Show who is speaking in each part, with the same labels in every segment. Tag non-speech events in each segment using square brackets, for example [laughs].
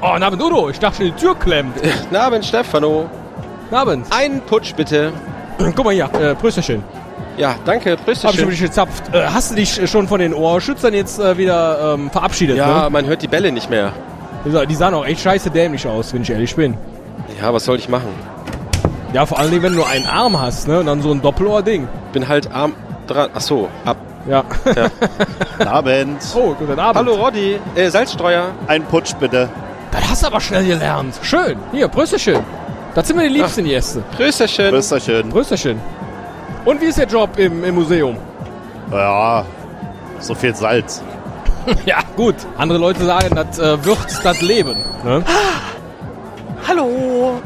Speaker 1: Oh, Nabend Udo, ich dachte, die Tür klemmt.
Speaker 2: Guten Abend, Stefano.
Speaker 1: Nabend.
Speaker 2: Einen Putsch bitte.
Speaker 1: [clears throat] Guck mal hier, äh, Prösterchen.
Speaker 2: Ja, danke,
Speaker 1: Hab ich schon
Speaker 2: Prösterchen.
Speaker 1: dich gezapft. Äh, hast du dich äh, schon von den Ohrschützern jetzt äh, wieder ähm, verabschiedet?
Speaker 2: Ja,
Speaker 1: Ne?
Speaker 2: man hört die Bälle nicht mehr.
Speaker 1: Die sah- Die sahen auch echt scheiße dämlich aus, wenn ich ehrlich bin.
Speaker 2: Ja, was soll ich machen?
Speaker 1: Ja, vor allen Dingen, wenn du nur einen Arm hast, ne? Und dann so ein Doppelohr-Ding.
Speaker 2: Bin halt arm dran. Ach so, ab.
Speaker 1: Ja.
Speaker 3: Guten Abend.
Speaker 1: [laughs] Oh, guten Abend.
Speaker 2: Hallo Roddy, äh, Salzstreuer.
Speaker 3: Ein Putsch bitte.
Speaker 1: Das hast du aber schnell gelernt. Schön. Hier, Prösterchen. Das sind mir die liebsten Gäste.
Speaker 2: Prösterchen.
Speaker 3: Prösterchen.
Speaker 1: Prösterchen. Und wie ist der Job im, im Museum?
Speaker 3: Ja, so viel Salz.
Speaker 1: [laughs] Ja, gut. Andere Leute sagen, das äh, würzt das Leben. Ne?
Speaker 4: Hallo.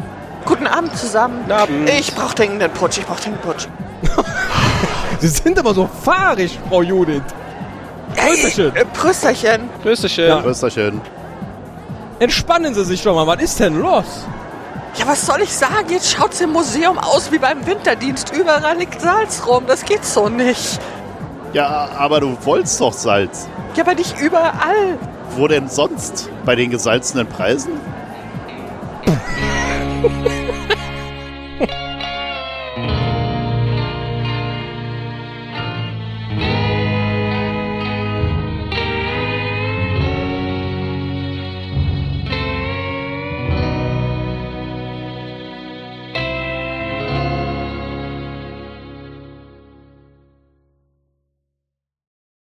Speaker 4: Guten Abend zusammen.
Speaker 2: Guten Abend.
Speaker 4: Ich brauche dringend Putsch, ich brauche dringend Putsch.
Speaker 1: [laughs] Sie sind aber so fahrig, Frau Judith. Prösterchen.
Speaker 4: Äh, Prösterchen.
Speaker 2: Prösterchen.
Speaker 3: Prösterchen.
Speaker 1: Entspannen Sie sich doch mal. Was ist denn los?
Speaker 4: Ja, was soll ich sagen? Jetzt schaut's im Museum aus wie beim Winterdienst. Überall liegt Salz rum. Das geht so nicht.
Speaker 3: Ja, aber du wolltest doch Salz.
Speaker 4: Ja, aber nicht überall.
Speaker 3: Wo denn sonst? Bei den gesalzenen Preisen?